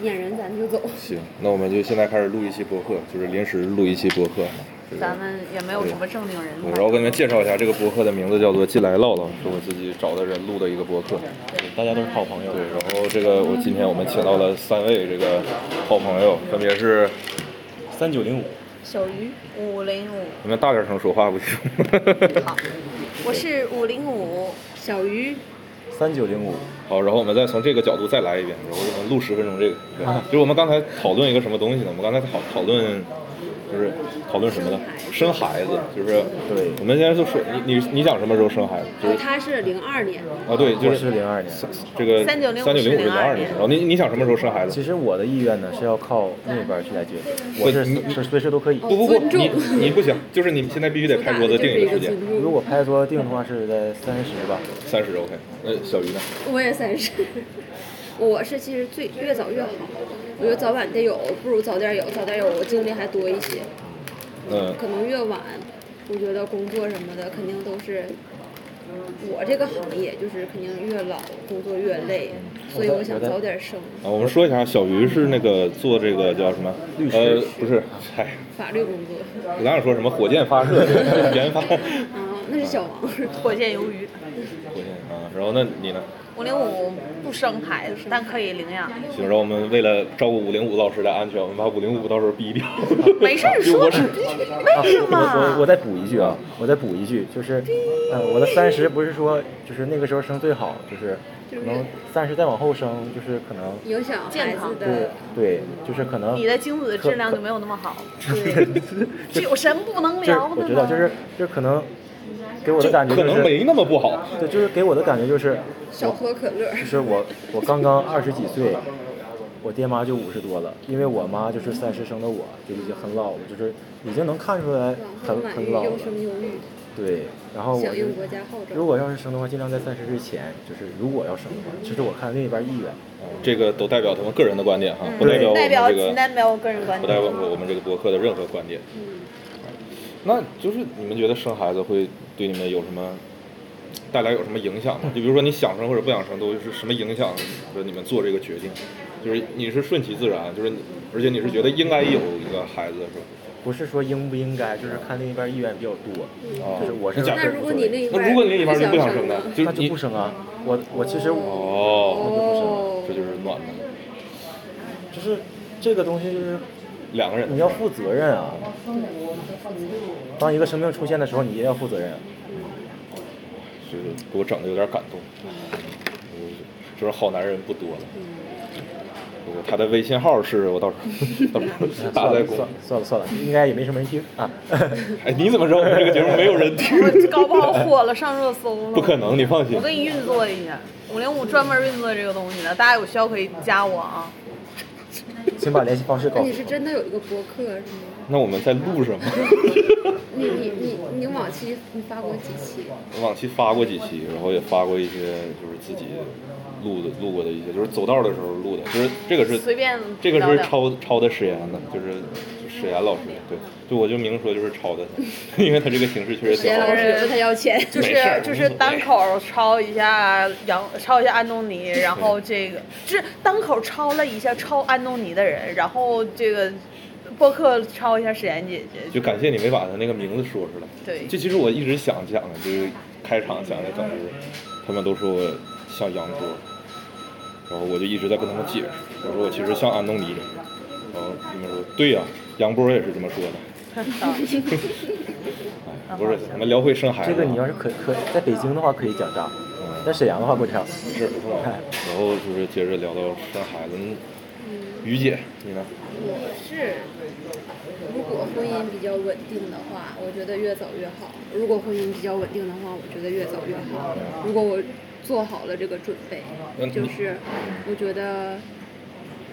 撵人咱就走。行，那我们就现在开始录一期播客，就是临时录一期播客。就是咱们也没有什么正经人对吧。然后我给你们介绍一下，这个播客的名字叫做“进来唠唠”，是我自己找的人录的一个播客。大家都是好朋友对，。然后这个我今天我们请到了三位这个好朋友，分别是三九零五，小鱼五零五，你们大点声说话不行？好，我是五零五，小鱼，三九零五，好，然后我们再从这个角度再来一遍，然后我们录十分钟这个。对就是我们刚才讨论一个什么东西呢？我们刚才讨讨论就是讨论什么呢？生孩子，就是对我们现在就说你你你想什么时候生孩子？就是他是零二年，啊对，就我是是零二年。这个三3905九零五是零二02年，然后你你想什么时候生孩子其？实我的意愿呢是要靠那边去来决定，我是你是随时都可以。不不不，尊重你你不行，就是你现在必须得拍桌子定一个时间，如果拍桌定的话是在三十吧，三十 OK。那小鱼呢？我也三十， 我是其实最越早越好，我觉得早晚得有，不如早点有，早点有我经历还多一些。嗯，可能越晚，我觉得工作什么的肯定都是。我这个行业就是肯定越老工作越累，所以我想早点生。啊，我们说一下，小鱼是那个做这个叫什么？律师呃，不是，嗨，法律工作，我刚想说什么火箭发射这个研 发，火啊，那是小王。火箭鱿鱼。箭啊。然后那你呢？五零五不生孩子，但可以领养。行，然后我们为了照顾五零五老师的安全，我们把五零五到时候逼掉。没事 儿刘说博士，啊为什我我我么？再补一句啊，我再补一句，就是，呃，我的三十不是说就是那个时候生最好，就是可能三十再往后生，就是可能影响孩子对的，对，就是可能你的精子质量就没有那么好， 对，有什么不能就是聊的我吗？知道，就是就是可能给我的就感觉可就能是，没那么不好。对，就是给我的感觉就是，少喝可乐。就是我我刚刚二十几岁，我爹妈就五十多了，因为我妈就是三十生的我，就已经很老了，就是已经能看出来很晚婚晚育很老了又，生又育，对，然后我响就应国家号召。如果要是生的话，尽量在三十之前，就是如果要生的话，这是我看另一半意愿。这个都代表他们个人的观点哈，不对代表我们嗯代表这仅个，代表我个人观不代表点。我们这个博客的任何观点。嗯，那就是你们觉得生孩子会对你们有什么带来有什么影响吗？就比如说你想生或者不想生，都是什么影响着你们做这个决定？就是你是顺其自然，就是你，而且你是觉得应该有一个孩子是吧？不是说应不应该，就是看另一半意愿比较多。嗯就是我是哦那假那如果你另一半那如果你另一半就不想生生呢呢？？就是那就你不生啊。我我其实我哦，哦，这就是暖的，就是这个东西，就是两个人的你要负责任啊。当一个生命出现的时候，你也要负责任。就是给我整的有点感动，嗯就是好男人不多了。我他的微信号是我到时候到时候算打在了公算了算了算了，应该也没什么人听啊。 哎，你怎么知道我们这个节目没有人听？搞不 好火了，上热搜了。不可能，你放心我。给你运作一下，五零五专门运作这个东西的，大家有需要可以加我啊。请把联系方式告那诉你是我。真的有一个博客是吗？那我们在录上吗？你你你你往期你发过几期？我往期发过几期，然后也发过一些就是自己录的录过的一些，就是走道的时候录的，就是这个是随便这个聊是聊抄抄的史岩的，就是就史岩老师，对，就我就明说就是抄的他， 因为他这个形式确实挺好老玩别的。师问他要钱，就没事儿是就无是所谓单口抄一下杨，抄一下安东尼，然后这个就是单口抄了一下抄安东尼的人，然后这个播客抄一下史岩姐姐，就感谢你没把他那个名字说出来。对这其实我一直想讲的，就是开场讲的，当时他们都说我像杨波，然后我就一直在跟他们解释，我说我其实像安东尼，然后他们说对呀、杨波也是这么说的。 哎，不是，咱们聊回生孩子这啊。个你要是可可在北京的话可以讲炸，嗯在沈阳的话不讲。是不错。哎然后就是接着聊到生孩子，嗯于姐，你呢？我是，如果婚姻比较稳定的话，我觉得越早越好；如果婚姻比较稳定的话，我觉得越早越好。如果我做好了这个准备那，你就是我觉得，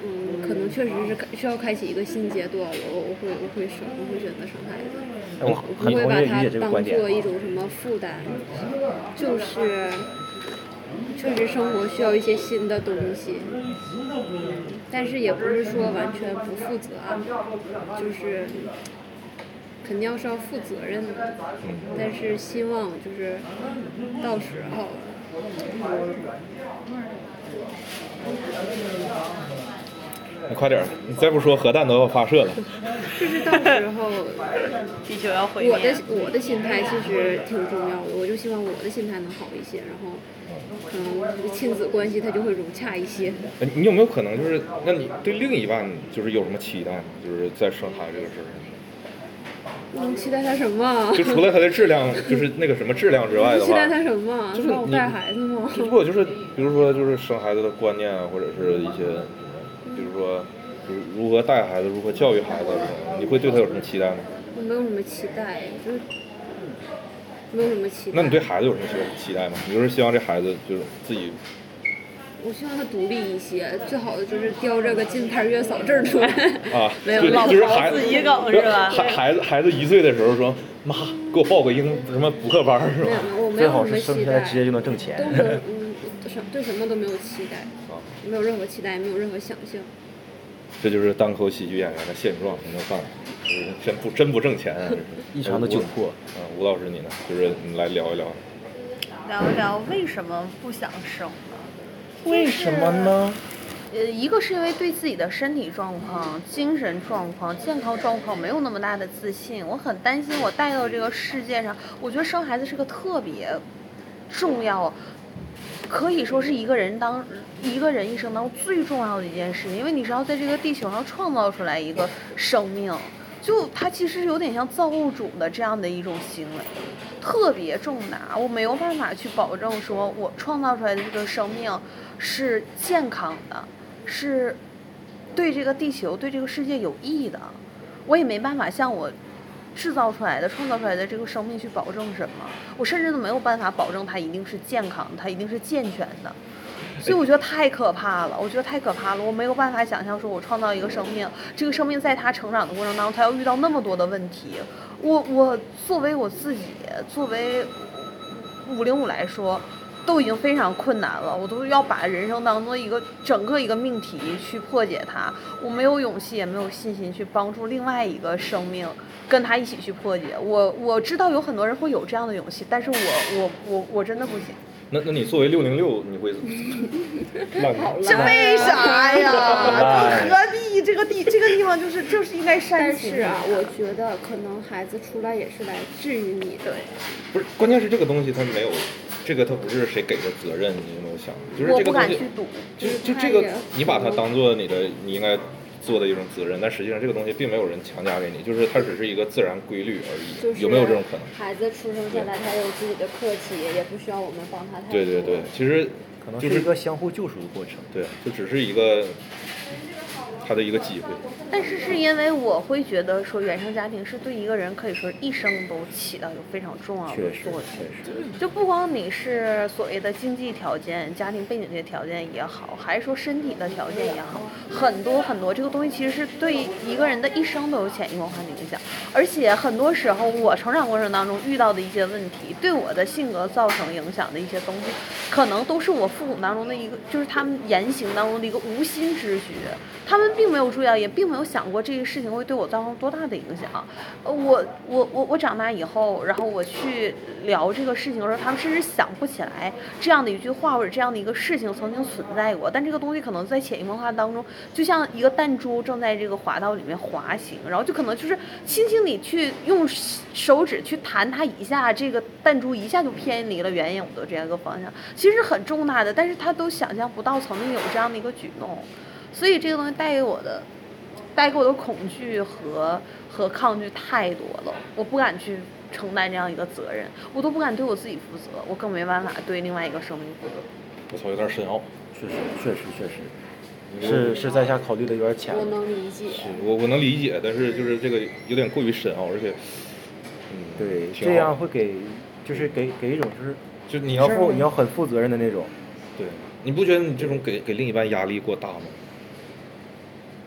嗯，可能确实是开需要开启一个新阶段了。我我会我会生，我会选择生孩子。哎我我很不会同意把于它姐这个当观点。啊做一种什么负担，就是确实生活需要一些新的东西，但是也不是说完全不负责啊，就是肯定要是要负责任的，嗯但是希望就是到时候。你快点儿，你再不说核弹都要发射了。就是到时候地球要毁我的灭。我的心态其实挺重要的，我就希望我的心态能好一些，然后，嗯，亲子关系它就会融洽一些。哎你有没有可能就是，那你对另一半就是有什么期待吗？就是在生孩子这个事儿，能期待他什么？就除了它的质量，就是那个什么质量之外的期话待，他什么？就是帮我你带孩子吗？ 就如果就是比如说就是生孩子的观念啊，或者是一些，比如说就是如何带孩子、如何教育孩子这种，你会对他有什么期待吗？我没有什么期待，就是没有什么期待。那你对孩子有什么期待吗？你就是希望这孩子就是自己我希望他独立一些，最好的就是叼着个金牌月嫂证出来。 啊，没有就老就是头孩自己梗是吧孩孩子孩子一岁的时候说，妈给我报个英什么补课班儿是吧没？有没有，我没最有好什是么生期下来待，直接就能挣钱都。没有，嗯，什对什么都没有期待，啊，没有任何期待，没有任何想象。这就是单口喜剧演员的现状，没有办法，就是真不真不挣钱啊，这是异常的窘迫。啊，吴老师你呢？就是你来聊一聊，聊一聊为什么不想生呢？为什么呢？呃，一个是因为对自己的身体状况、精神状况、健康状况没有那么大的自信，我很担心我带到这个世界上。我觉得生孩子是个特别重要，可以说是一个人当一个人一生当中最重要的一件事，因为你是要在这个地球上创造出来一个生命，就它其实有点像造物主的这样的一种行为，特别重大。我没有办法去保证说我创造出来的这个生命是健康的，是对这个地球、对这个世界有益的，我也没办法像我制造出来的、创造出来的这个生命去保证什么，我甚至都没有办法保证它一定是健康，它一定是健全的。所以我觉得太可怕了，我觉得太可怕了，我没有办法想象说我创造一个生命，这个生命在它成长的过程当中，它要遇到那么多的问题。我我作为我自己，作为五零五来说，都已经非常困难了，我都要把人生当做一个整个一个命题去破解它。我没有勇气，也没有信心去帮助另外一个生命，跟他一起去破解。我我知道有很多人会有这样的勇气，但是我我我我真的不行。那那你作为六零六，你会浪跑这为 啥呀？哎这何必？这个地这个地方就是就是应该煽但情。是啊，我觉得可能孩子出来也是来治愈你的。不是，关键是这个东西它没有，这个它不是谁给的责任，你有没有想？就是我这不个东敢西去，赌。就就是就他这个也，你把它当做你的你应该做的一种责任，但实际上这个东西并没有人强加给你，就是它只是一个自然规律而已，就是有没有这种可能？孩子出生下来，他有自己的课题，也不需要我们帮他太多。对对对，其实可能就是是一个相互救赎的过程。对，就只是一个他的一个机会。但是是因为我会觉得说原生家庭是对一个人可以说一生都起到有非常重要的确实，作用。确实，就不光你是所谓的经济条件、家庭背景这些条件也好，还是说身体的条件也好，很多很多这个东西其实是对一个人的一生都有潜移默化的影响。而且很多时候，我成长过程当中遇到的一些问题，对我的性格造成影响的一些东西，可能都是我父母当中的一个，就是他们言行当中的一个无心之举。他们并没有注意到，也并没有想过这个事情会对我造成多大的影响。呃，我我我我长大以后，然后我去聊这个事情的时候，他们甚至想不起来这样的一句话或者这样的一个事情曾经存在过。但这个东西可能在潜移默化当中，就像一个弹珠正在这个滑道里面滑行，然后就可能就是轻轻地去用手指去弹它一下，这个弹珠一下就偏离了原有的这样一个方向，其实很重大的，但是他都想象不到曾经有这样的一个举动。所以这个东西带给我的，带给我的恐惧和和抗拒太多了，我不敢去承担这样一个责任，我都不敢对我自己负责，我更没办法对另外一个生命负责。我操，有点深奥。确实，确实，确实，是是在下考虑的有点浅我了。能理解。嗯我我能理解，但是就是这个有点过于深奥，而且，嗯，对，挺好这样会给，就是给给一种就是就你你要要负负你要很负责任的那种。对，你不觉得你这种给给另一半压力过大吗？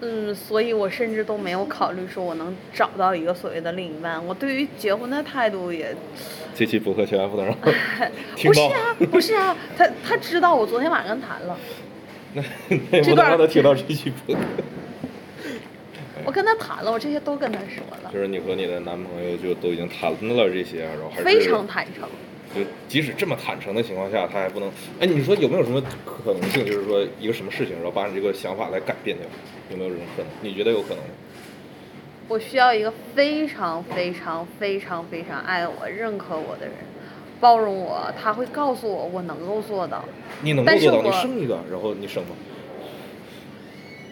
嗯，所以我甚至都没有考虑说我能找到一个所谓的另一半，我对于结婚的态度也这期博客全部能让听不是到， 啊，不是啊，他他知道我昨天晚上跟他谈了。那那不能让他听到这期播客。我跟他谈了，我这些都跟他说了就，是你和你的男朋友就都已经谈论了这些，然后还是非常坦诚。就即使这么坦诚的情况下，他还不能，哎，你说有没有什么可能性，就是说一个什么事情，然后把你这个想法来改变掉，有没有这种可能？你觉得有可能吗？我需要一个非常非常非常非常爱我、认可我的人，包容我，他会告诉我我能够做到。你能够但是做到，你我生一个，然后你生吗？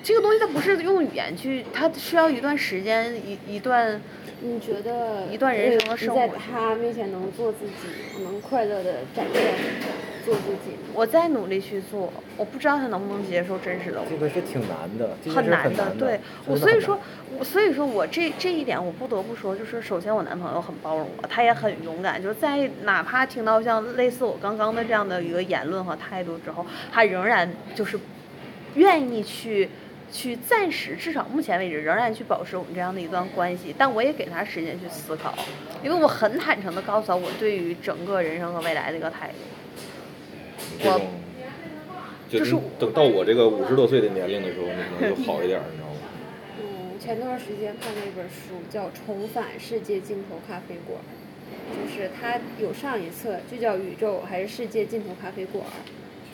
这个东西它不是用语言去，它需要一段时间，一一段你觉得一段人生的呃你生在活他面前能做自己，能快乐的展现做自己，我再努力去做，我不知道他能不能接受真实的我。这个是挺难的，这件很事难很的，难对真我，的所以很说难，我所以说我这这一点我不得不说，就是首先我男朋友很包容我，他也很勇敢，就是在哪怕听到像类似我刚刚的这样的一个言论和态度之后，他仍然就是愿意去去暂时，至少目前为止仍然去保持我们这样的一段关系，但我也给他时间去思考，因为我很坦诚的告诉他我对于整个人生和未来的一个态度，这我种，就就是你等到我这个五十多岁的年龄的时候，你可能就好一点儿，你知道吗？嗯，前段时间看了一本书，叫《重返世界尽头咖啡馆》，就是它有上一册，就叫《宇宙还是世界尽头咖啡馆》，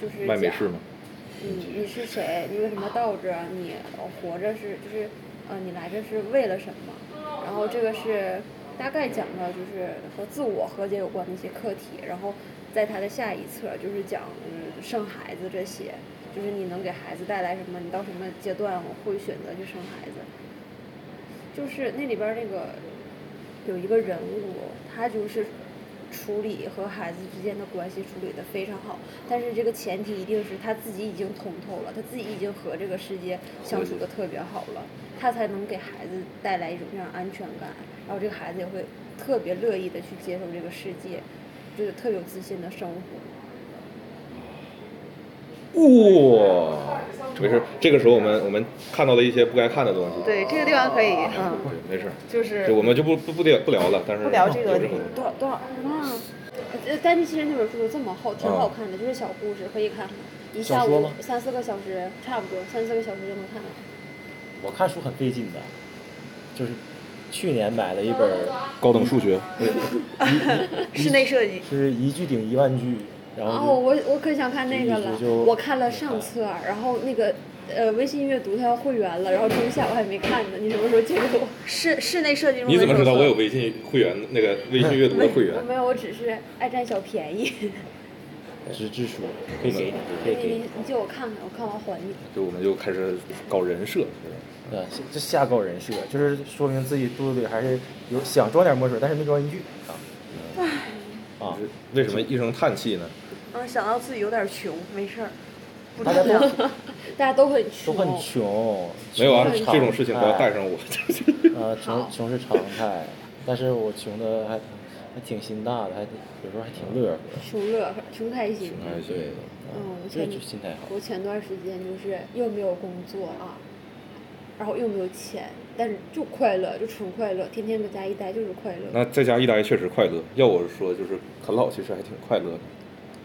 就是卖美讲式吗？你你是谁？你为什么到这儿？你呃活着是就是呃，你来这是为了什么？然后这个是大概讲的就是和自我和解有关的一些课题。然后在它的下一册就是讲嗯生孩子这些，就是你能给孩子带来什么？你到什么阶段我会选择去生孩子？就是那里边儿那个有一个人物，他就是处理和孩子之间的关系处理的非常好，但是这个前提一定是他自己已经通透了，他自己已经和这个世界相处的特别好了，他才能给孩子带来一种这样安全感，然后这个孩子也会特别乐意的去接受这个世界，就是特别有自信的生活。哇，没事儿，这个时候我们我们看到了一些不该看的东西。对这个地方可以，嗯，对，没事儿，就是就我们就不不不聊不聊了，但是不聊这个有任何地多少多少啊？呃，但是其实那本书这么厚，挺好看的，就是小故事，可以看看。一小下说午吗三四个小时，差不多三四个小时就能看完。我看书很费劲的，就是去年买了一本儿，高等数学， 室内设计，就是一句顶一万句，然后哦，就我我可想看那个了就一直就，我看了上册，然后那个呃微信阅读它要会员了，然后中下我还没看呢，你什么时候借给我？室室内设计入门你怎么知道手册我有微信会员那个微信阅读的会员我？没有，我只是爱占小便宜。纸质书可以给你，嗯可以你给你 你。你借我看看，我看完还你。就我们就开始搞人设，呃，这下高人设，就是说明自己肚子里还是有想装点墨水，但是没装进去啊。啊，就是为什么一声叹气呢？嗯，想到自己有点穷，没事儿，不大家重要。大家都很都穷，很穷，没有啊，穷是这种事情不要常态带上我。 呃，穷穷是常态，但是我穷的还还挺心大的，还有时候还挺乐呵的。穷乐呵，穷开心。哎对，嗯我这前就心态好。我前段时间就是又没有工作啊，然后又没有钱，但是就快乐，就纯快乐，天天搁家一待就是快乐。那在家一待确实快乐，要我说就是啃老其实还挺快乐的。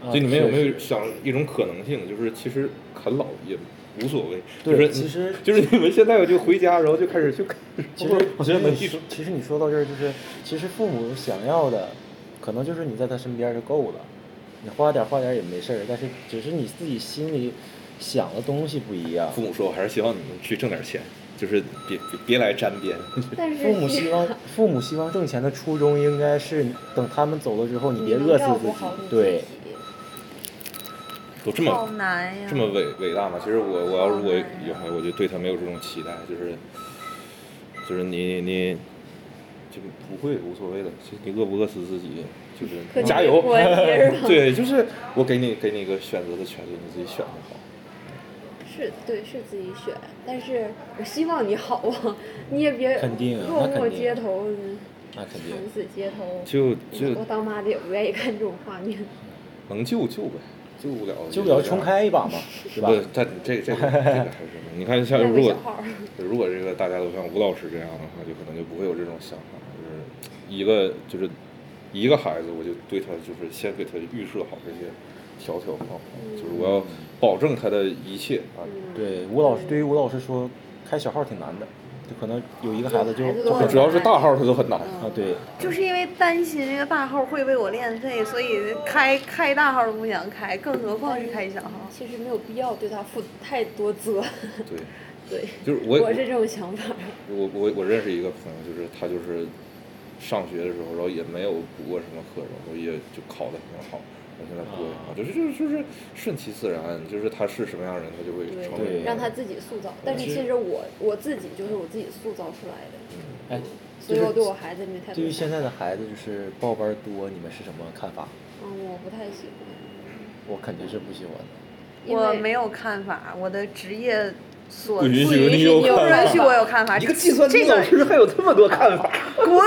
啊就你们有没有确实想一种可能性，就是其实啃老也无所谓，就对是嗯其实就是你们现在就回家，然后就开始去啃。其实我觉得能其记实住你，其实你说到这儿，就是其实父母想要的，可能就是你在他身边就够了，你花点儿花点儿也没事儿，但是只是你自己心里想的东西不一样父。母说，我还是希望你们去挣点钱，就是别别别来沾 边。但是父母是希 望，父母希望挣钱的初衷应该是等他们走了之后，你你别能饿死照自顾好你己。自对，己都这好么难呀！这么伟伟大嘛？其实我我要如果以后我就对他没有这种期待，就是就是你你就不会无所谓的，其实你饿不饿死自己，就是和加你油没。关系是吧 对，就是我给你给你一个选择的权利，你自己选就好。是对，是自己选，但是我希望你好啊，你也别肯定啊那落肯寞定街头，那肯定。惨死街头。就我就我当妈的也不愿意看这种画面。能救救呗，救不了救不了就这样重，开一把嘛，对吧不？，但这这个这个还是你看，像带如个果小号儿，如果这个大家都像吴老师这样的话，就可能就不会有这种想法，就是一个就是一个孩子，我就对他就是先给他预设好这些条条框框，就是我要保证他的一切啊，嗯，对，吴老师对于吴老师说，开小号挺难的，就可能有一个孩子就孩子就都很很主要是大号它都很难。啊，对，就是因为担心这个大号会为我练废，所以开开大号都不想开，更何况是开小嗯号。其实没有必要对他负太多 责。对，对，就是我我是这种想法。我我我认识一个朋友，就是他就是上学的时候，然后也没有补过什么课，然后也就考得很好，然后现在不会啊，就是就是就是顺其自然，就是他是什么样的人，他就会对成为对让他自己塑造。但是其实其实我我自己就是我自己塑造出来的，哎，所就以我对是我孩子没太多对于要现求。在的孩子，就是报班多，你们是什么看法？嗯，我不太喜欢，我肯定是不喜欢的。因我为没有看法，我的职业所不允不许允你许有不看允许法我有看法。这这个还有这么多看法？滚，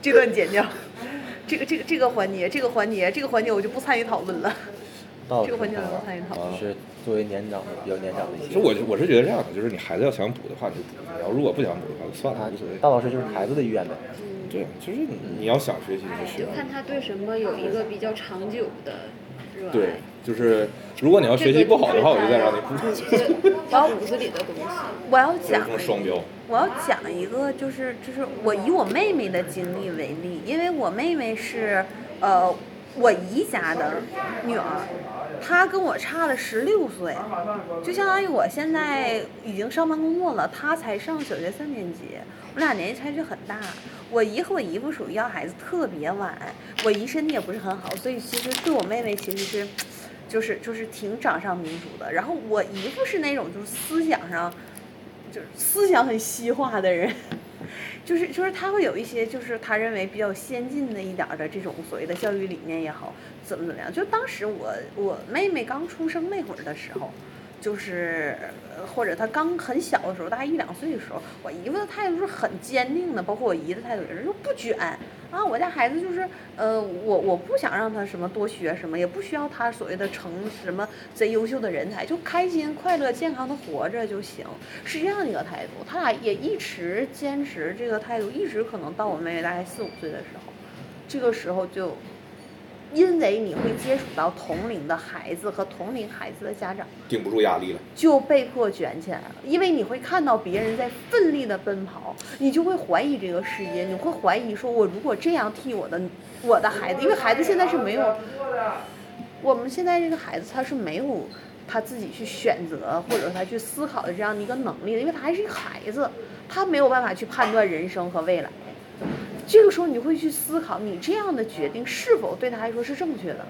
这段剪掉。 这个这个这个环节，这个环节，这个环节我就不参与讨论了。 到 这个环节我参与讨论就是作为年长的比较年长的一其些实我我是觉得这样的，就是你孩子要想补的话，你就补；然后如果不想补的话，就算啊了，无所谓。大老师就是孩子的意愿呗。对，就是你你要想学习你就学啊就。看他对什么有一个比较长久的热爱。对，就是如果你要学习不好的话，我就再让你补。然后骨子里的东西，我要就是讲 这么双标。我要讲一个，就是就是我以我妹妹的经历为例，因为我妹妹是呃我姨家的女儿，她跟我差了十六岁，就相当于我现在已经上班工作了，她才上小学三年级，我俩年纪差距很大。我姨和我姨夫属于要孩子特别晚，我姨身体也不是很好，所以其实对我妹妹其实是。就是就是挺掌上明珠的，然后我姨夫是那种就是思想上就是思想很西化的人， 就是就是他会有一些就是他认为比较先进的一点儿的这种所谓的教育理念也好，怎么怎么样。就当时我我妹妹刚出生那会儿的时候，就是呃或者她刚很小的时候，大概一两岁的时候，我姨夫的态度是很坚定的，包括我姨的态度也是，就不卷啊，我家孩子就是呃，我我不想让他什么多学什么，也不需要他所谓的成什么贼优秀的人才，就开心快乐健康的活着就行。是这样一个态度。他俩也一直坚持这个态度，一直可能到我妹妹大概四五岁的时候，这个时候就，因为你会接触到同龄的孩子和同龄孩子的家长，顶不住压力了，就被迫卷起来了，因为你会看到别人在奋力的奔跑，你就会怀疑这个世界，你会怀疑说，我如果这样替我的我的孩子，因为孩子现在是没有，我们现在这个孩子他是没有他自己去选择或者他去思考的这样的一个能力的，因为他还是一个孩子，他没有办法去判断人生和未来。这个时候你会去思考，你这样的决定是否对他来说是正确的，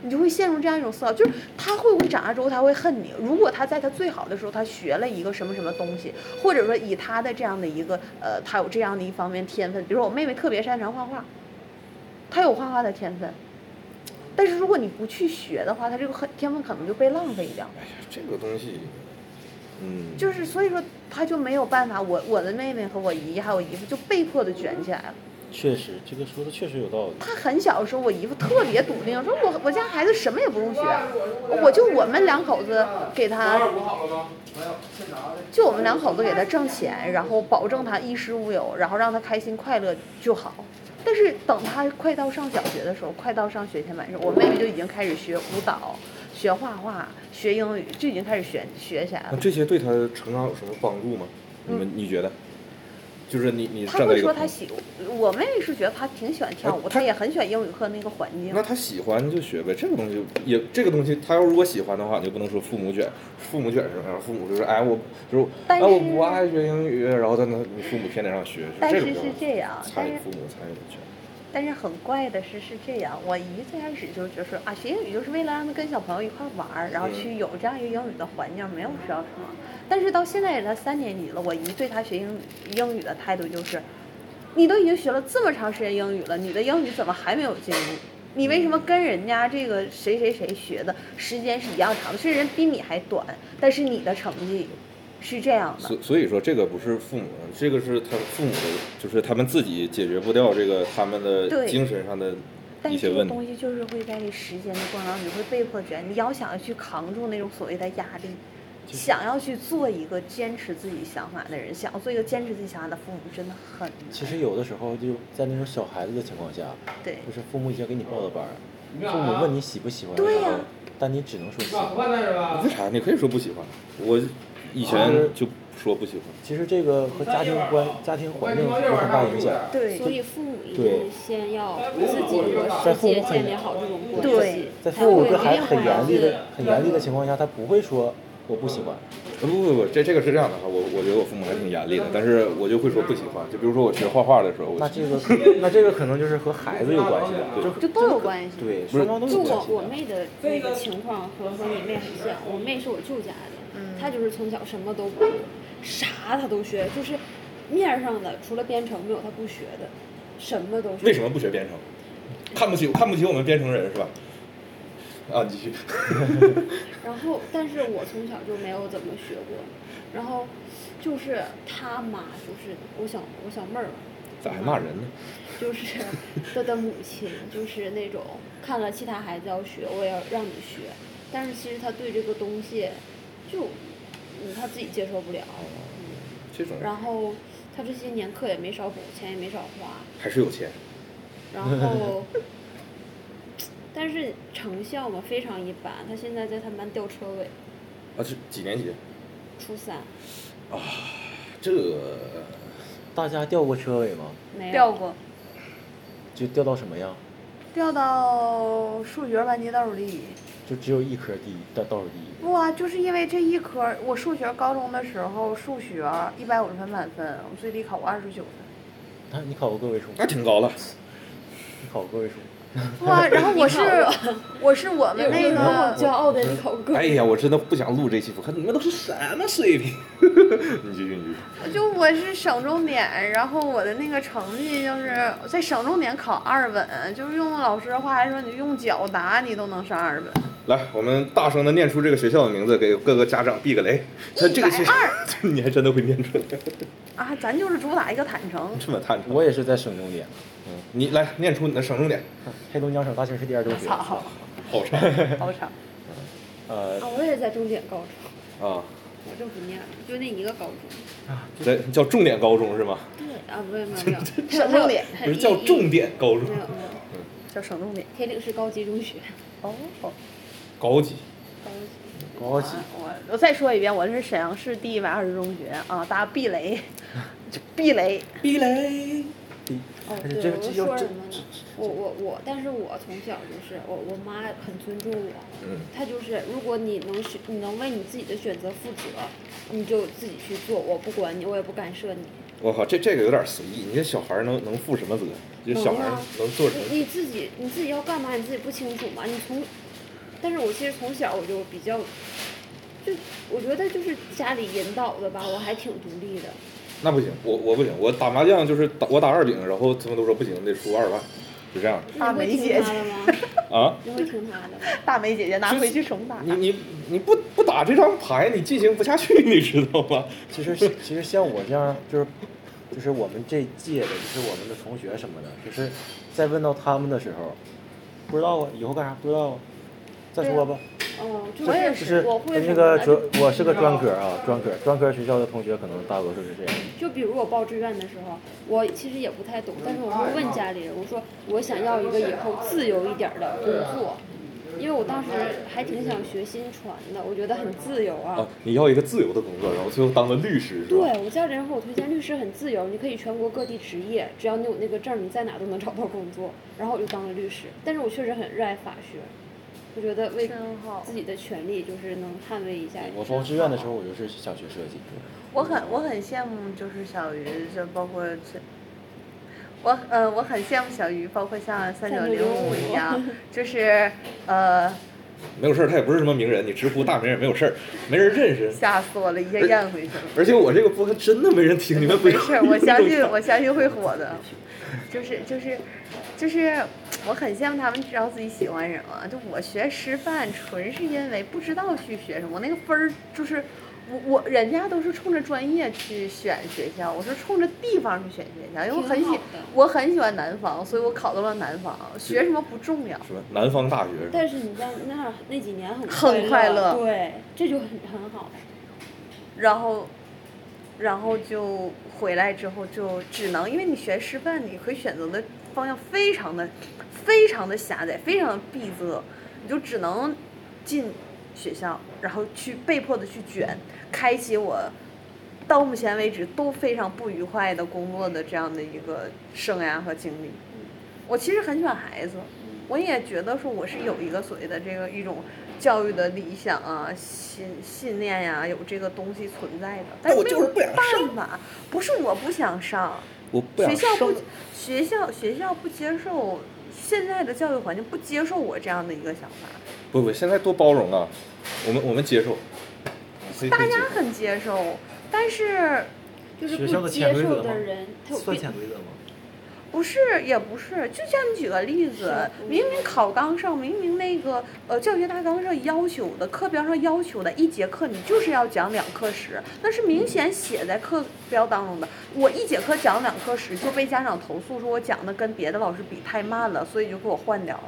你就会陷入这样一种思考，就是他会不会长大之后他会恨你？如果他在他最好的时候他学了一个什么什么东西，或者说以他的这样的一个呃，他有这样的一方面天分，比如说我妹妹特别擅长画画，她有画画的天分。但是如果你不去学的话，她这个很天分可能就被浪费掉。哎呀，这个东西，嗯，就是所以说，她就没有办法。我我的妹妹和我姨还有我姨夫就被迫的卷起来了。确实，这个说的确实有道理。他很小的时候，我姨夫特别笃定，说我我家孩子什么也不用学，我就我们两口子给他，就我们两口子给他挣钱，然后保证他衣食无忧，然后让他开心快乐就好。但是等他快到上小学的时候，快到上学前晚上，我妹妹就已经开始学舞蹈、学画画、学英语，就已经开始学学起来了那。这些对他成长有什么帮助吗？你们你觉得？就是你你嗯他站在会一个说他朋友喜，我妹妹是觉得他挺喜欢跳舞，他也很喜欢英语课那个环境那。他喜欢就学呗，这个东西也这个东西，他要如果喜欢的话，你就不能说父母卷，父母卷是什么样？父母就是哎我就是但哎是我不爱学英语，然后但他你父母偏得让学，但这是种就是这样，但参是与父母参与的权。但是很怪的是，是这样，我姨最开始就是觉得说啊，学英语就是为了让他跟小朋友一块玩儿，然后去有这样一个英语的环境，没有需要什么。但是到现在也他三年级了，我姨对他学英语英语的态度就是，你都已经学了这么长时间英语了，你的英语怎么还没有进步？你为什么跟人家这个谁谁谁学的时间是一样长的，甚至人比你还短，但是你的成绩是这样的？所所以说，这个不是父母，这个是他父母的，就是他们自己解决不掉这个他们的对精神上的但一是些这个问题东。西就是会在这时间的过程当中，你会被迫卷，你要想要去扛住那种所谓的压力，想要去做一个坚持自己想法的人，想要做一个坚持自己想法的父母，真的很其实有的时候就在那种小孩子的情况下，对就是父母已经给你报的班儿，父母问你喜不喜欢的对时候呀，但你只能说喜欢。啊啊为啥？你可以说不喜欢。我以前就说不喜欢。其实这个和家庭关、家庭环境有很大影响。对所以父母一对定先要自己和在世父母界很建立好这种关系，对在才父母会对孩变化子很严厉是的、很严厉的情况下，他不会说我不喜欢。不不不，这这个是这样的哈，我我觉得我父母还挺严厉的，但是我就会说不喜欢。就比如说我学画画的时候，我那这个，那这个可能就是和孩子有关系的，就就都有关系。对，双方都就有关我系我的。妹的那个情况和和你妹很像，我妹是我舅家的，她就是从小什么都不会，啥她都学，就是面儿上的除了编程没有她不学的，什么都学。为什么不学编程？看不起看不起我们编程人是吧？啊，你继续。然后，但是我从小就没有怎么学过，然后就是他妈，就是我小我小妹儿嘛，咋还骂人呢？就是她的母亲，就是那种看了其他孩子要学，我也要让你学，但是其实她对这个东西就嗯她自己接受不了，这种然后她这些年课也没少补，钱也没少花，还是有钱。然后， 但是成效嘛非常一般，她现在在他们班吊车尾，啊，是几年级？初三这大家掉过车尾吗？没有掉过，就掉到什么样？哎掉到数学班级倒数第一。就只有一科第一，倒倒数第一。不啊，就是因为这一科儿，我数学高中的时候数学一百五十分满分，我最低考过二十九分。他你考过个位数吗？那挺高了。你考过个位数吗？不啊，然后我是我是我们那有有个我骄傲的你考过。哎呀，我真的不想录这期，我看你们都是什么水平？ 你继续，你继续。就我是省重点，然后我的那个成绩就是在省重点考二本，就是用老师的话来说，你用脚打你都能上二本。来，我们大声的念出这个学校的名字，给各个家长避个雷。那这个学校， 你还真的会念出来，啊，咱就是主打一个坦诚。 这么坦诚。我也是在省重点，你来念出你的省重点。黑龙江省大庆市第二中学。操，好长好长。呃啊，我也是在重点高中，啊！我就不念了，就那一个高中。来，叫重点高中是吗？对啊，不是没有 没有，省重点不是叫重点，点高中没，有没有，叫省重点。铁岭市高级中学，哦，高级。高级高级，啊我我再说一遍，我是沈阳市第一百二十中学啊，大家避雷， 就避雷。避雷。哦，但是对，这个我这就要说这什么呢？我我我，但是我从小就是我我妈很尊重我，嗯，她就是如果你能选，你能为你自己的选择负责，你就自己去做，我不管你，我也不干涉你。我靠，这这个有点随意。你这小孩儿能能负什么责？这小孩儿能啊能做什么？你你自己你自己要干嘛你自己不清楚吗？你从，但是我其实从小我就比较，就我觉得就是家里引导的吧，我还挺独立的。那不行，我我不行，我打麻将就是打我打二饼，然后他们都说不行，你得输二万，就这样你大会梅听姐他姐的吗？啊。 你会听他的吗？大梅姐姐拿回去重打。你你你不不打这张牌，你进行不下去，你知道吗？其实其实像我这样，就是就是我们这届的，就是我们的同学什么的，就是在问到他们的时候，不知道啊，以后干啥不知道啊，再说吧。哦，就我也就是是我会那什么个的专就，我是个专科啊，专科专科学校的同学可能大多数是这样。就比如我报志愿的时候，我其实也不太懂，但是我会问家里人，我说我想要一个以后自由一点儿的工作，因为我当时还挺想学新传的，我觉得很自由啊。啊，哦你要一个自由的工作，然后最后当了律师是吧？对我家里人和我推荐律师很自由，你可以全国各地执业，只要你有那个证儿，你在哪儿都能找到工作。然后我就当了律师，但是我确实很热爱法学，我觉得啊为真好自己的权利就是能捍卫一下。我报志愿的时候，我就是想学设计。我很我很羡慕，就是小鱼，就包括这，我呃我很羡慕小鱼，包括像三九零五一样，就是呃没有事儿，他也不是什么名人，你直呼大名也没有事儿，没人认识。吓死我了，一下咽回去了。而且我这个播客真的没人听，你们不没要。事儿，我相信我相信会火的，就是就是就是我很羡慕他们知道自己喜欢什么。就我学师范，纯是因为不知道去学什么，我那个分儿就是我我人家都是冲着专业去选学校，我是冲着地方去选学校，因为我很挺好喜的我很喜欢南方，所以我考到了南方。学什么不重要，什么南方大学是吧？但是你在那儿那几年很很快乐对，这就很很好。然后。然后就回来之后就只能，因为你学师范，你可以选择的方向非常的、非常的狭窄，非常的闭塞，你就只能进学校，然后去被迫的去卷，开启我到目前为止都非常不愉快的工作的这样的一个生涯和经历。嗯我其实很喜欢孩子，我也觉得说我是有一个所谓的这个一种教育的理想啊、信信念呀、有这个东西存在的。但我没就是有不想上办法，不是我不想上，我不想学校生不，学校学校不接受现在的教育环境不接受我这样的一个想法，不不，现在多包容啊，我们我们接受，可以可大以接家受。很接受，但是就是学校不的接潜规受则的吗人，他有算病。潜规则吗？不是也不是，就像你举个例子，明明考纲上，明明那个呃教学大纲上要求的，课标上要求的，一节课你就是要讲两课时，那是明显写在课标当中的。我一节课讲两课时，就被家长投诉说我讲的跟别的老师比太慢了，所以就给我换掉了。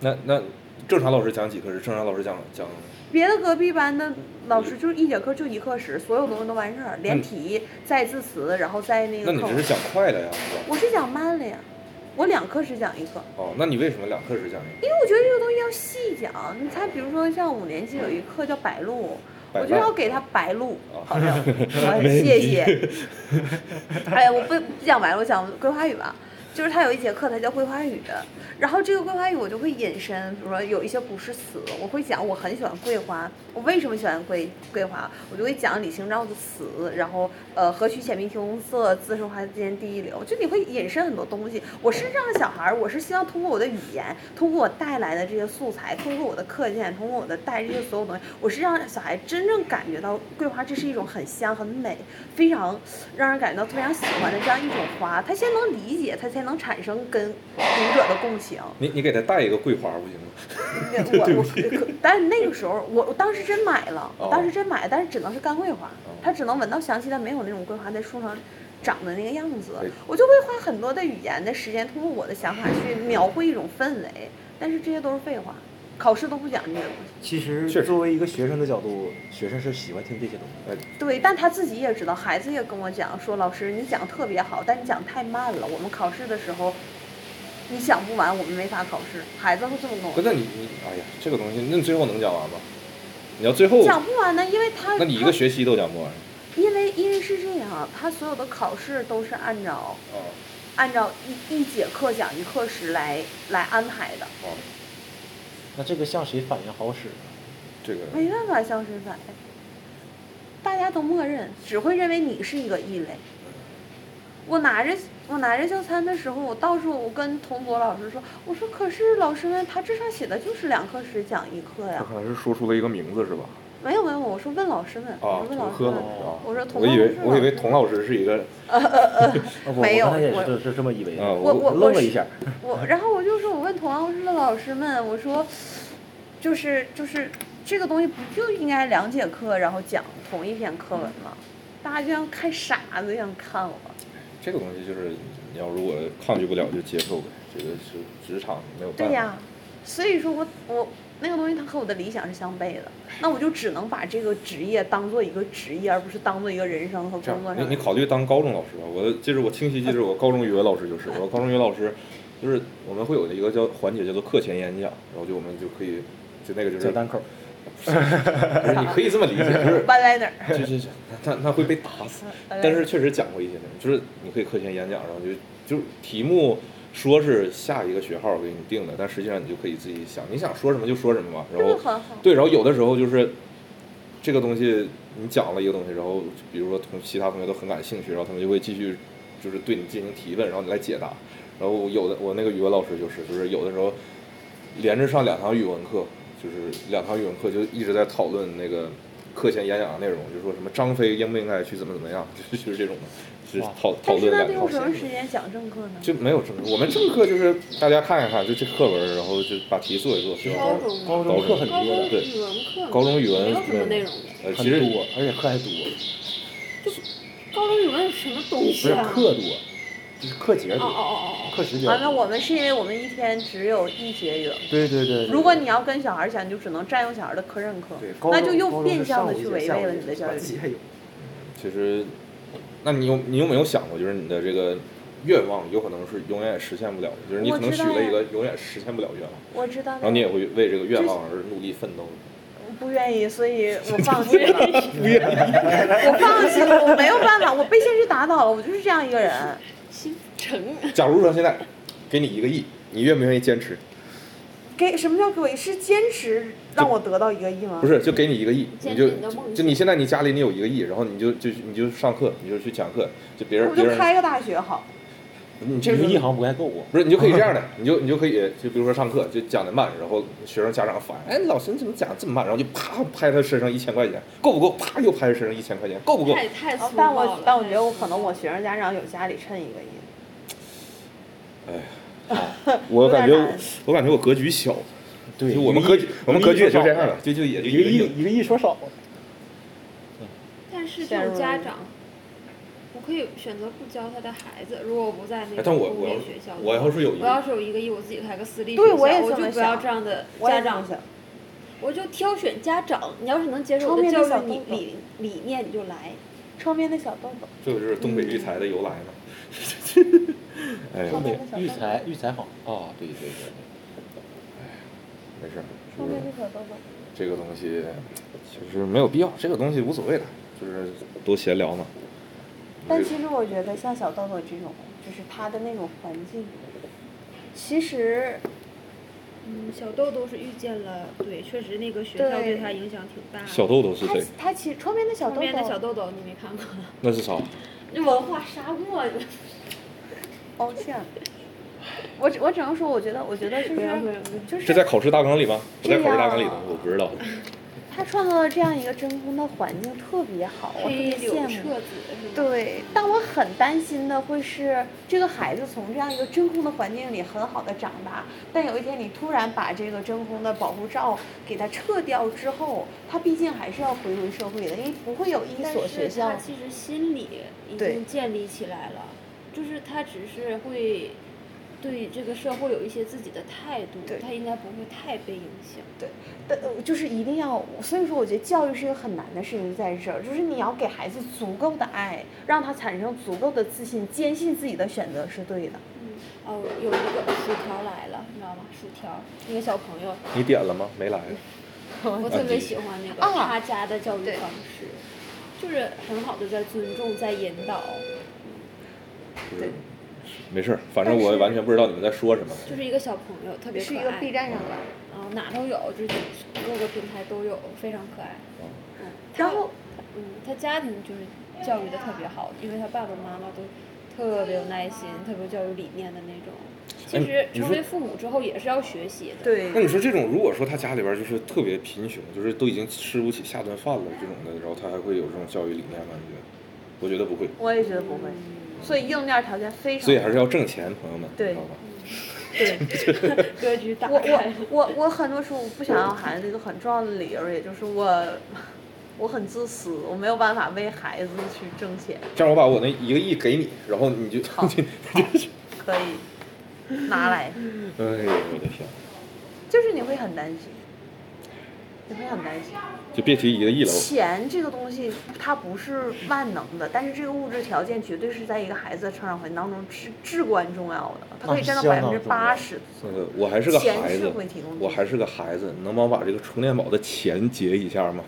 那那正常老师讲几课时？正常老师讲讲别的隔壁班的老师就是一节课就一课时，所有东西都完事儿，连嗯题再字词，然后再那那个你课这文是。讲快了呀，是吧？我是讲慢了呀，我两课时讲一课。哦，那你为什么两课时讲一个？因为我觉得这个东西要细讲，你看，比如说像五年级有一课叫白鹭，摆我就要烂给他白鹭，哦好像，好谢谢。哎呀，我不不讲白鹭，我讲桂花语吧。就是他有一节课，它叫桂花语，然后这个桂花语我就会引申，比如说有一些不是词，我会讲我很喜欢桂花，我为什么喜欢桂桂花，我就会讲李清照的词，然后呃何须浅碧秋红色，自是花间第一流，就你会引申很多东西。我是让小孩儿，我是希望通过我的语言，通过我带来的这些素材，通过我的课件，通过我的带这些所有东西，我是让小孩真正感觉到桂花这是一种很香、很美、非常让人感觉到非常喜欢的这样一种花，他先能理解，他才能产生跟读者的共情。你你给他带一个桂花不行吗？ 那我我可，但是那个时候我我当时真买了，哦我当时真买了，但是只能是干桂花，它只能闻到香气，但没有那种桂花在树上长的那个样子对。我就会花很多的语言的时间，通过我的想法去描绘一种氛围，但是这些都是废话，考试都不讲这些东西。其实确实作为一个学学生的角度，学生是喜欢听这些东西。对，但他自己也知道，孩子也跟我讲说，老师你讲特别好，但你讲太慢了，我们考试的时候。你讲不完，我们没法考试。孩子会这么跟我不，说那你你哎呀，这个东西，那你最后能讲完吗？你要最后，讲不完呢，因为他那你一他个学期都讲不完。因为因为是这样，啊他所有的考试都是按照哦按照一一节课讲一课时来来安排的，哦，那这个向谁反应好使呢？这个没办法向谁反应，大家都默认只会认为你是一个异类。我拿着我拿着教餐的时候，我到处我跟童博老师说，我说可是老师们，他这上写的就是两课时讲一课呀，可能是说出了一个名字是吧？没有没有，我说问老师们，啊我说，童问老师科们老师啊，我说童我以老为师我以为老师童老师是一个啊，没有我刚才也我是是这么以为的。啊，我我愣了是一下，我然后我就说，我问同样室的老师们，我说，就是就是这个东西不就应该两节课，然后讲同一篇课文吗？大家就像看傻子一样看我。这个东西就是你要如果抗拒不了就接受呗，这个是职场没有办法。对呀，所以说我我那个东西它和我的理想是相悖的，那我就只能把这个职业当做一个职业，而不是当做一个人生和这样工作，你上你的。考虑当高中老师吧。我记着，我清晰记着，我高中语文老师就是，我高中语文老师就是我们会有一个叫环节叫做课前演讲，然后就我们就可以就那个就是讲单口，不是你可以这么理解，就是搬来哪儿？就就就他他会被打死， 但是确实讲过一些内容，就是你可以课前演讲，然后就就题目说是下一个学号给你定的，但实际上你就可以自己想，你想说什么就说什么吧。这然个后很好。对，然后有的时候就是这个东西你讲了一个东西，然后比如说同其他同学都很感兴趣，然后他们就会继续就是对你进行提问，然后你来解答。然后有的我那个语文老师就是，就是有的时候连着上两堂语文课，就是两堂语文课就一直在讨论那个课前演讲的内容，就说什么张飞应不应该去怎么怎么样， 就是就是这种的，就是哇讨讨但是论那两得套有什线么时间讲正课呢？就没有正课，我们正课就是大家看一看，就这课文，然后就把题做一做，学完高中了高中课很高多中的，对语文课高中语文没有什么内容的，呃，很其实多，而且课还多，啊高中语文有什么东不西是啊？课多，就是课节哦哦多，哦哦课时比较完了，多。我们是因为我们一天只有一节语文课对对对。对如果你要跟小孩儿讲，你就只能占用小孩儿的科任课对，高那中高就又中变是相的上午去一节违下午背了一你的节教育晚自理想习还有其实，那你有你有没有想过，就是你的这个愿望有可能是永远也实现不了的，就是你我可能知许道了呀一个永远实现不了的愿望，我知道然后你也了，会为这个愿望而努力奋斗。我不愿意，所 以我放弃 了。我放弃了，我没有办法，我被现实打倒了，我就是这样一个人。心诚，假如说现在给你一个亿，你愿不愿意坚持？给什么叫给我？是坚持让我得到一个亿吗？不是，就给你一个亿，坚持你就你的梦想就你现在你家里你有一个亿，然后你就就你就上课，你就去讲课，就别人我别就人，开个大学好。你这这时个候一行不太够啊。不是，你就可以这样的，你就你就可以，就比如说上课就讲的慢，然后学生家长烦，哎，老师你怎么讲得这么慢？然后就啪拍他身上一千块钱，够不够？啪又拍他身上一千块钱，够不够？太太粗哦但暴我了但我觉太得我粗可能暴我了学生家长有家里趁一个亿。我感觉有点难我感觉我格局小，对，就我们格局我们格局也就这样了，就就也就一个一亿，一个亿说少了。但是这陷种入家了长，我可以选择不教他的孩子。如果我不在那哎个但我公我立要学校的话，我要是有一我个要是有一个亿，我自己开个私立学对校，我也这就么不要想这样的我也家这么长，想我就挑选家长。你要是能接受超我的面教对小育理豆豆理理念，你就来。窗边的小豆豆，这就是东北育才的由来嘛。哎呦好东吧，北育才育才好啊，对对对对。没事儿，就窗边是的小豆豆，这个东西其实没有必要，这个东西无所谓的，就是多闲聊嘛。但其实我觉得像小豆豆这种，就是他的那种环境，其实嗯，小豆豆是遇见了，对，确实那个学校对对他影响挺大的。小豆豆是他谁？他其实窗边的小旁豆边的小豆，豆豆，你没看过？那是啥？那 文化沙漠，哦这样，我只我只能说，我觉得我觉得就没有没有没是有就这在是考试大纲里吗？不在考试大纲里这吗样？我不知道。他创造了这样一个真空的环境，特别好，我特黑别柳羡慕彻。子是吗？对，但我很担心的会是这个孩子从这样一个真空的环境里很好的长大，但有一天你突然把这个真空的保护罩给它撤掉之后，他毕竟还是要回归社会的，因为不会有一但所是学校他其实心理已对经建立起来了，就是他只是会对这个社会有一些自己的态度对，他应该不会太被影响。但呃就是一定要，所以说我觉得教育是一个很难的事情，在这儿，就是你要给孩子足够的爱，让他产生足够的自信，坚信自己的选择是对的。嗯，哦，有一个薯条来了，你知道吗？薯条那个小朋友，你点了吗？没来。我特别喜欢那个啊他家的教育对方式，就是很好的在尊重，在引导，就是没事儿，反正我完全不知道你们在说什么。就是一个小朋友特别是可一个爱， B 站上的，然后哪都有，就是各个平台都有，非常可爱。嗯，然后嗯，他家庭就是教育的特别好，因为他爸爸妈妈都特别有耐心，特别有教育理念的那种。哎其实你成说为父母之后也是要学习的。对那你说这种，如果说他家里边就是特别贫穷，就是都已经吃不起下顿饭了这种的，然后他还会有这种教育理念吗？你觉得？我觉得不会，我也觉得不会，所以硬件条件非常。所以还是要挣钱，朋友们，对知道吧？对，格局打我开。我我我很多时候我不想要孩子一个很重要的理由，也就是我 我很自私，我没有办法为孩子去挣钱，这样我把我那一个亿给你，然后 你就，好可以拿来，哎呦我的天，就是你会很担心，你会很担心。就别提一个亿了，我钱这个东西它不是万能的，但是这个物质条件绝对是在一个孩子的成长环境当中至至关重要的，它可以占到那百是啊相当分之重要八十。那个我还是个钱孩是子会提供，我还是个孩子，能帮我把这个充电宝的钱结一下吗？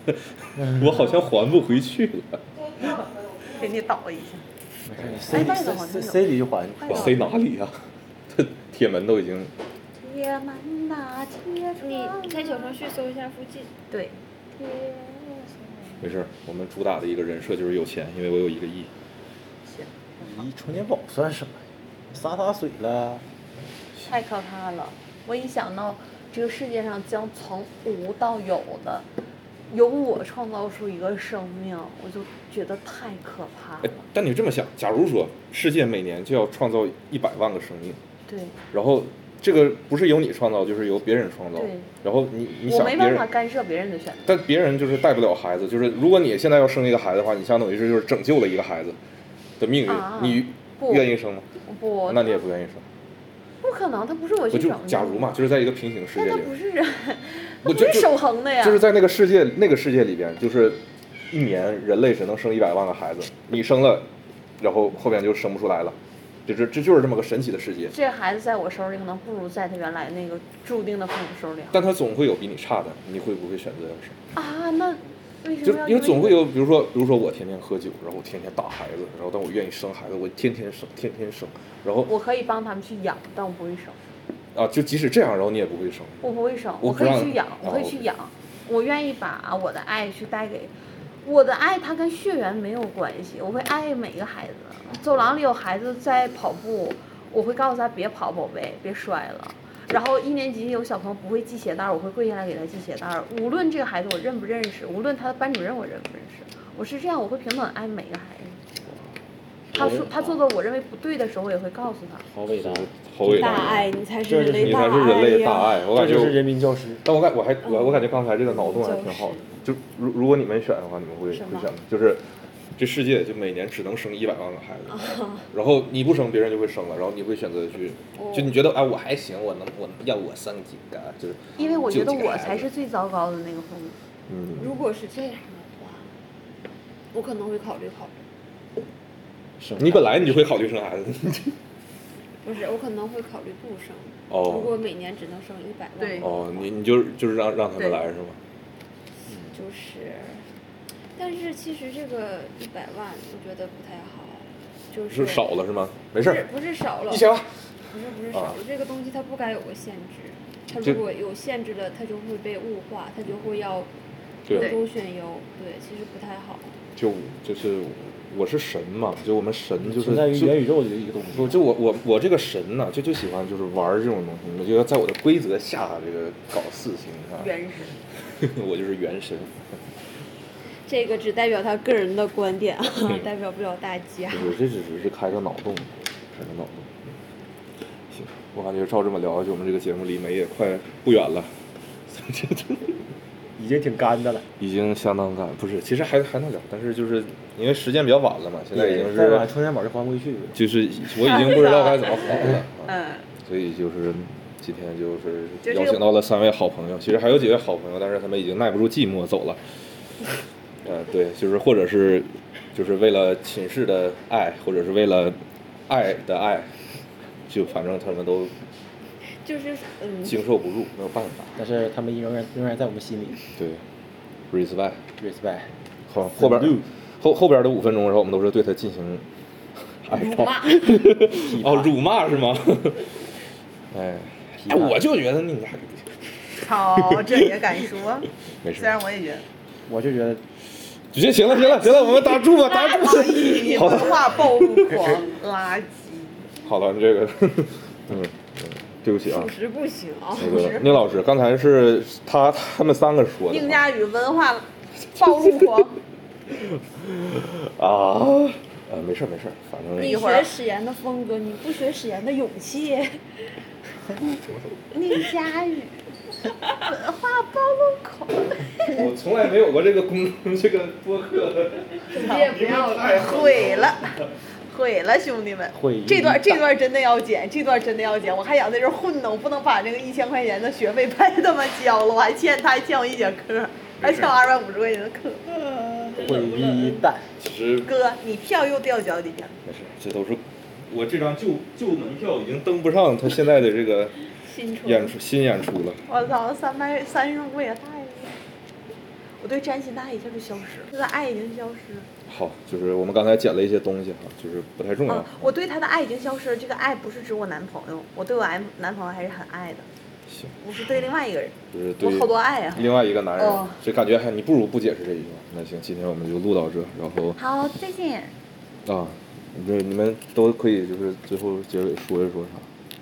嗯我好像还不回去了，给你倒一下，没事，你塞带里着塞好塞像有塞里就还。我快点塞哪里 啊呀、这铁门都已经铁门呐，铁你窗在小程序搜一下附近。对。没事儿，我们主打的一个人设就是有钱，因为我有一个亿。一充电宝算什么呀？洒洒水了。太可怕了！我一想到这个世界上将从无到有的，由我创造出一个生命，我就觉得太可怕哎了。，但你这么想，假如说世界每年就要创造一百万个生命，对，然后这个不是由你创造，就是由别人创造对，然后你你我想没别办法人。干涉别人的选择。但别人就是带不了孩子，就是如果你现在要生一个孩子的话，你相当于是就是拯救了一个孩子的命运，啊你不愿意生吗？不，那你也不愿意生。不可能，他不是我我去就拯救。假如嘛，，就是在一个平行世但界他里不面，是啊人，他我不就是守恒的呀。就是在那个世界那个世界里边，就是一年人类只能生一百万个孩子，你生了，然后后边就生不出来了，就这这就是这么个神奇的世界。这个孩子在我手里可能不如在他原来那个注定的父母手里好但他总会有比你差的，你会不会选择要什么？啊。那为什就么要因为总会有有，比如说，比如说我天天喝酒，然后我天天打孩子，然后但我愿意生孩子，我天天生，天天生，然后我可以帮他们去养，但我不会生，啊，就即使这样，然后你也不会生。我不会生，我我不可以让去养，我可以哦去养，我愿意把我的爱去带给。我的爱它跟血缘没有关系，我会爱每一个孩子。走廊里有孩子在跑步，我会告诉他别跑，宝贝，别摔了。然后一年级有小朋友不会系鞋带儿，我会跪下来给他系鞋带儿。无论这个孩子我认不认识，无论他的班主任我认不认识，我是这样，我会平等爱每个孩子。他哦说他做的我认为不对的时候，我也会告诉他。好伟大，好伟大大，爱，你才是这人就是类你才大是人爱类呀！大爱，我这感觉就是我。人民教师。但我感我还我我感觉刚才这个脑洞还挺好的。就如如果你们选的话，你们会什会么选吗就是这世界就每年只能生一百万个孩子，然后你不生，别人就会生了，然后你会选择去，就你觉得哎我还行，我能我要我生几个，就是因为我觉得就这个我孩子才是最糟糕的那个父母。嗯，如果是这样的话，我可能会考虑考虑，是嗯你本来你就会考虑生孩子，不是，我可能会考虑不生。如哦果每年只能生一百万，对哦，你你就就是让让他们对来是吗？就是，但是其实这个一百万，我觉得不太好，就是是少了是吗？没不事是儿，不是少了，一千万，不是不是少了，啊这个东西它不该有个限制，它就如果有限制了，它就会被物化，它就会要对论。中选优，对，其实不太好。就就是我是神嘛，就我们神就是存在于就元宇宙的一个东不西。就我我我这个神呢、就就喜欢就是玩儿这种东西，我就要在我的规则下这个搞事情啊，原始。 我就是元神，这个只代表他个人的观点啊嗯，代表不了大家就。是这只是开个脑洞，开个脑洞。行，我感觉照这么聊下去，我们这个节目离美也快不远了， 这这已经挺干的了，已经相当干，不是，其实还还能聊，但是就是因为时间比较晚了嘛，现在已经再晚是充电宝就还不回去了。就是我已经不知道该怎么回了。啊嗯，所以就是今天就是就这个邀请到了三位好朋友，其实还有几位好朋友，但是他们已经耐不住寂寞走 了。呃，对，就是或者是就是为了寝室的爱，或者是为了爱的爱，就反正他们都就是嗯，经受不住，没有办法。但是他们仍然仍然在我们心里对，respect。 ，respect。后后边 Salute 后后边的五分钟，然后我们都是对他进行哀悼。哦，辱骂是吗？ 哎，哎，我就觉得你俩不行，好，哦这也敢说？没事虽。然我也觉得，我就觉得行行了行了行了，我们打住吧，打住哎吧。你 好的文化暴露狂，垃圾。好了，这个，嗯，嗯对不起啊 属，实不行啊。那个聂老师，刚才是他他们三个说的宁佳宇文化暴露狂，啊，呃，没事儿没事儿，反哎正你学史岩的风格，你不学史岩的勇气。宁佳宇文化暴露狂。我从来没有过这个公这个播客， 你 也不要了，毁了，毁了，兄弟们！毁于这段一旦这段真的要剪，这段真的要剪。我还想在这儿混呢，我不能把这个一千块钱的学费白他妈交了，我还欠他还欠我一节课，还欠我二百五十块钱的课。毁于一旦。其实哥，你票又掉脚底下了。没事儿，这都是我这张旧旧门票已经登不上他现在的这个新出演出新演出了。我操，三百三十五也太了。我对占星大一下就消失了，他的爱已经消失了。好，就是我们刚才剪了一些东西哈，就是不太重要。嗯，我对他的爱已经消失了。这个爱不是指我男朋友，我对我男男朋友还是很爱的，行，我是对另外一个人，就是对我好多爱啊。另外一个男人哦，这感觉还你不如不解释这一句话。那行，今天我们就录到这，然后好，再见。啊，这你们都可以就是最后结尾说一说啥。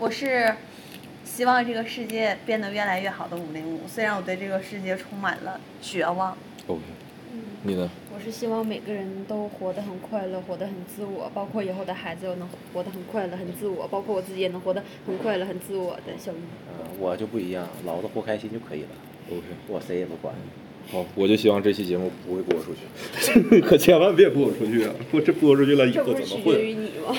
我是希望这个世界变得越来越好的五零五，虽然我对这个世界充满了绝望。 OK，你呢？嗯我是希望每个人都活得很快乐，活得很自我，包括以后的孩子又能活得很快乐、很自我，包括我自己也能活得很快乐、很自我的小鱼。呃我就不一样，老子活开心就可以了， OK，我谁也不管。好，我就希望这期节目不会播出去，可千万别播出去啊！我这播出去了以这后不怎是么取混决？于你吗？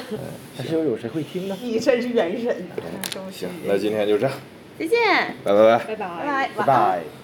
但是又有谁会听呢？你真是元神呐、哦行，那今天就这样，再见，拜拜拜。拜拜拜拜，拜晚安。拜。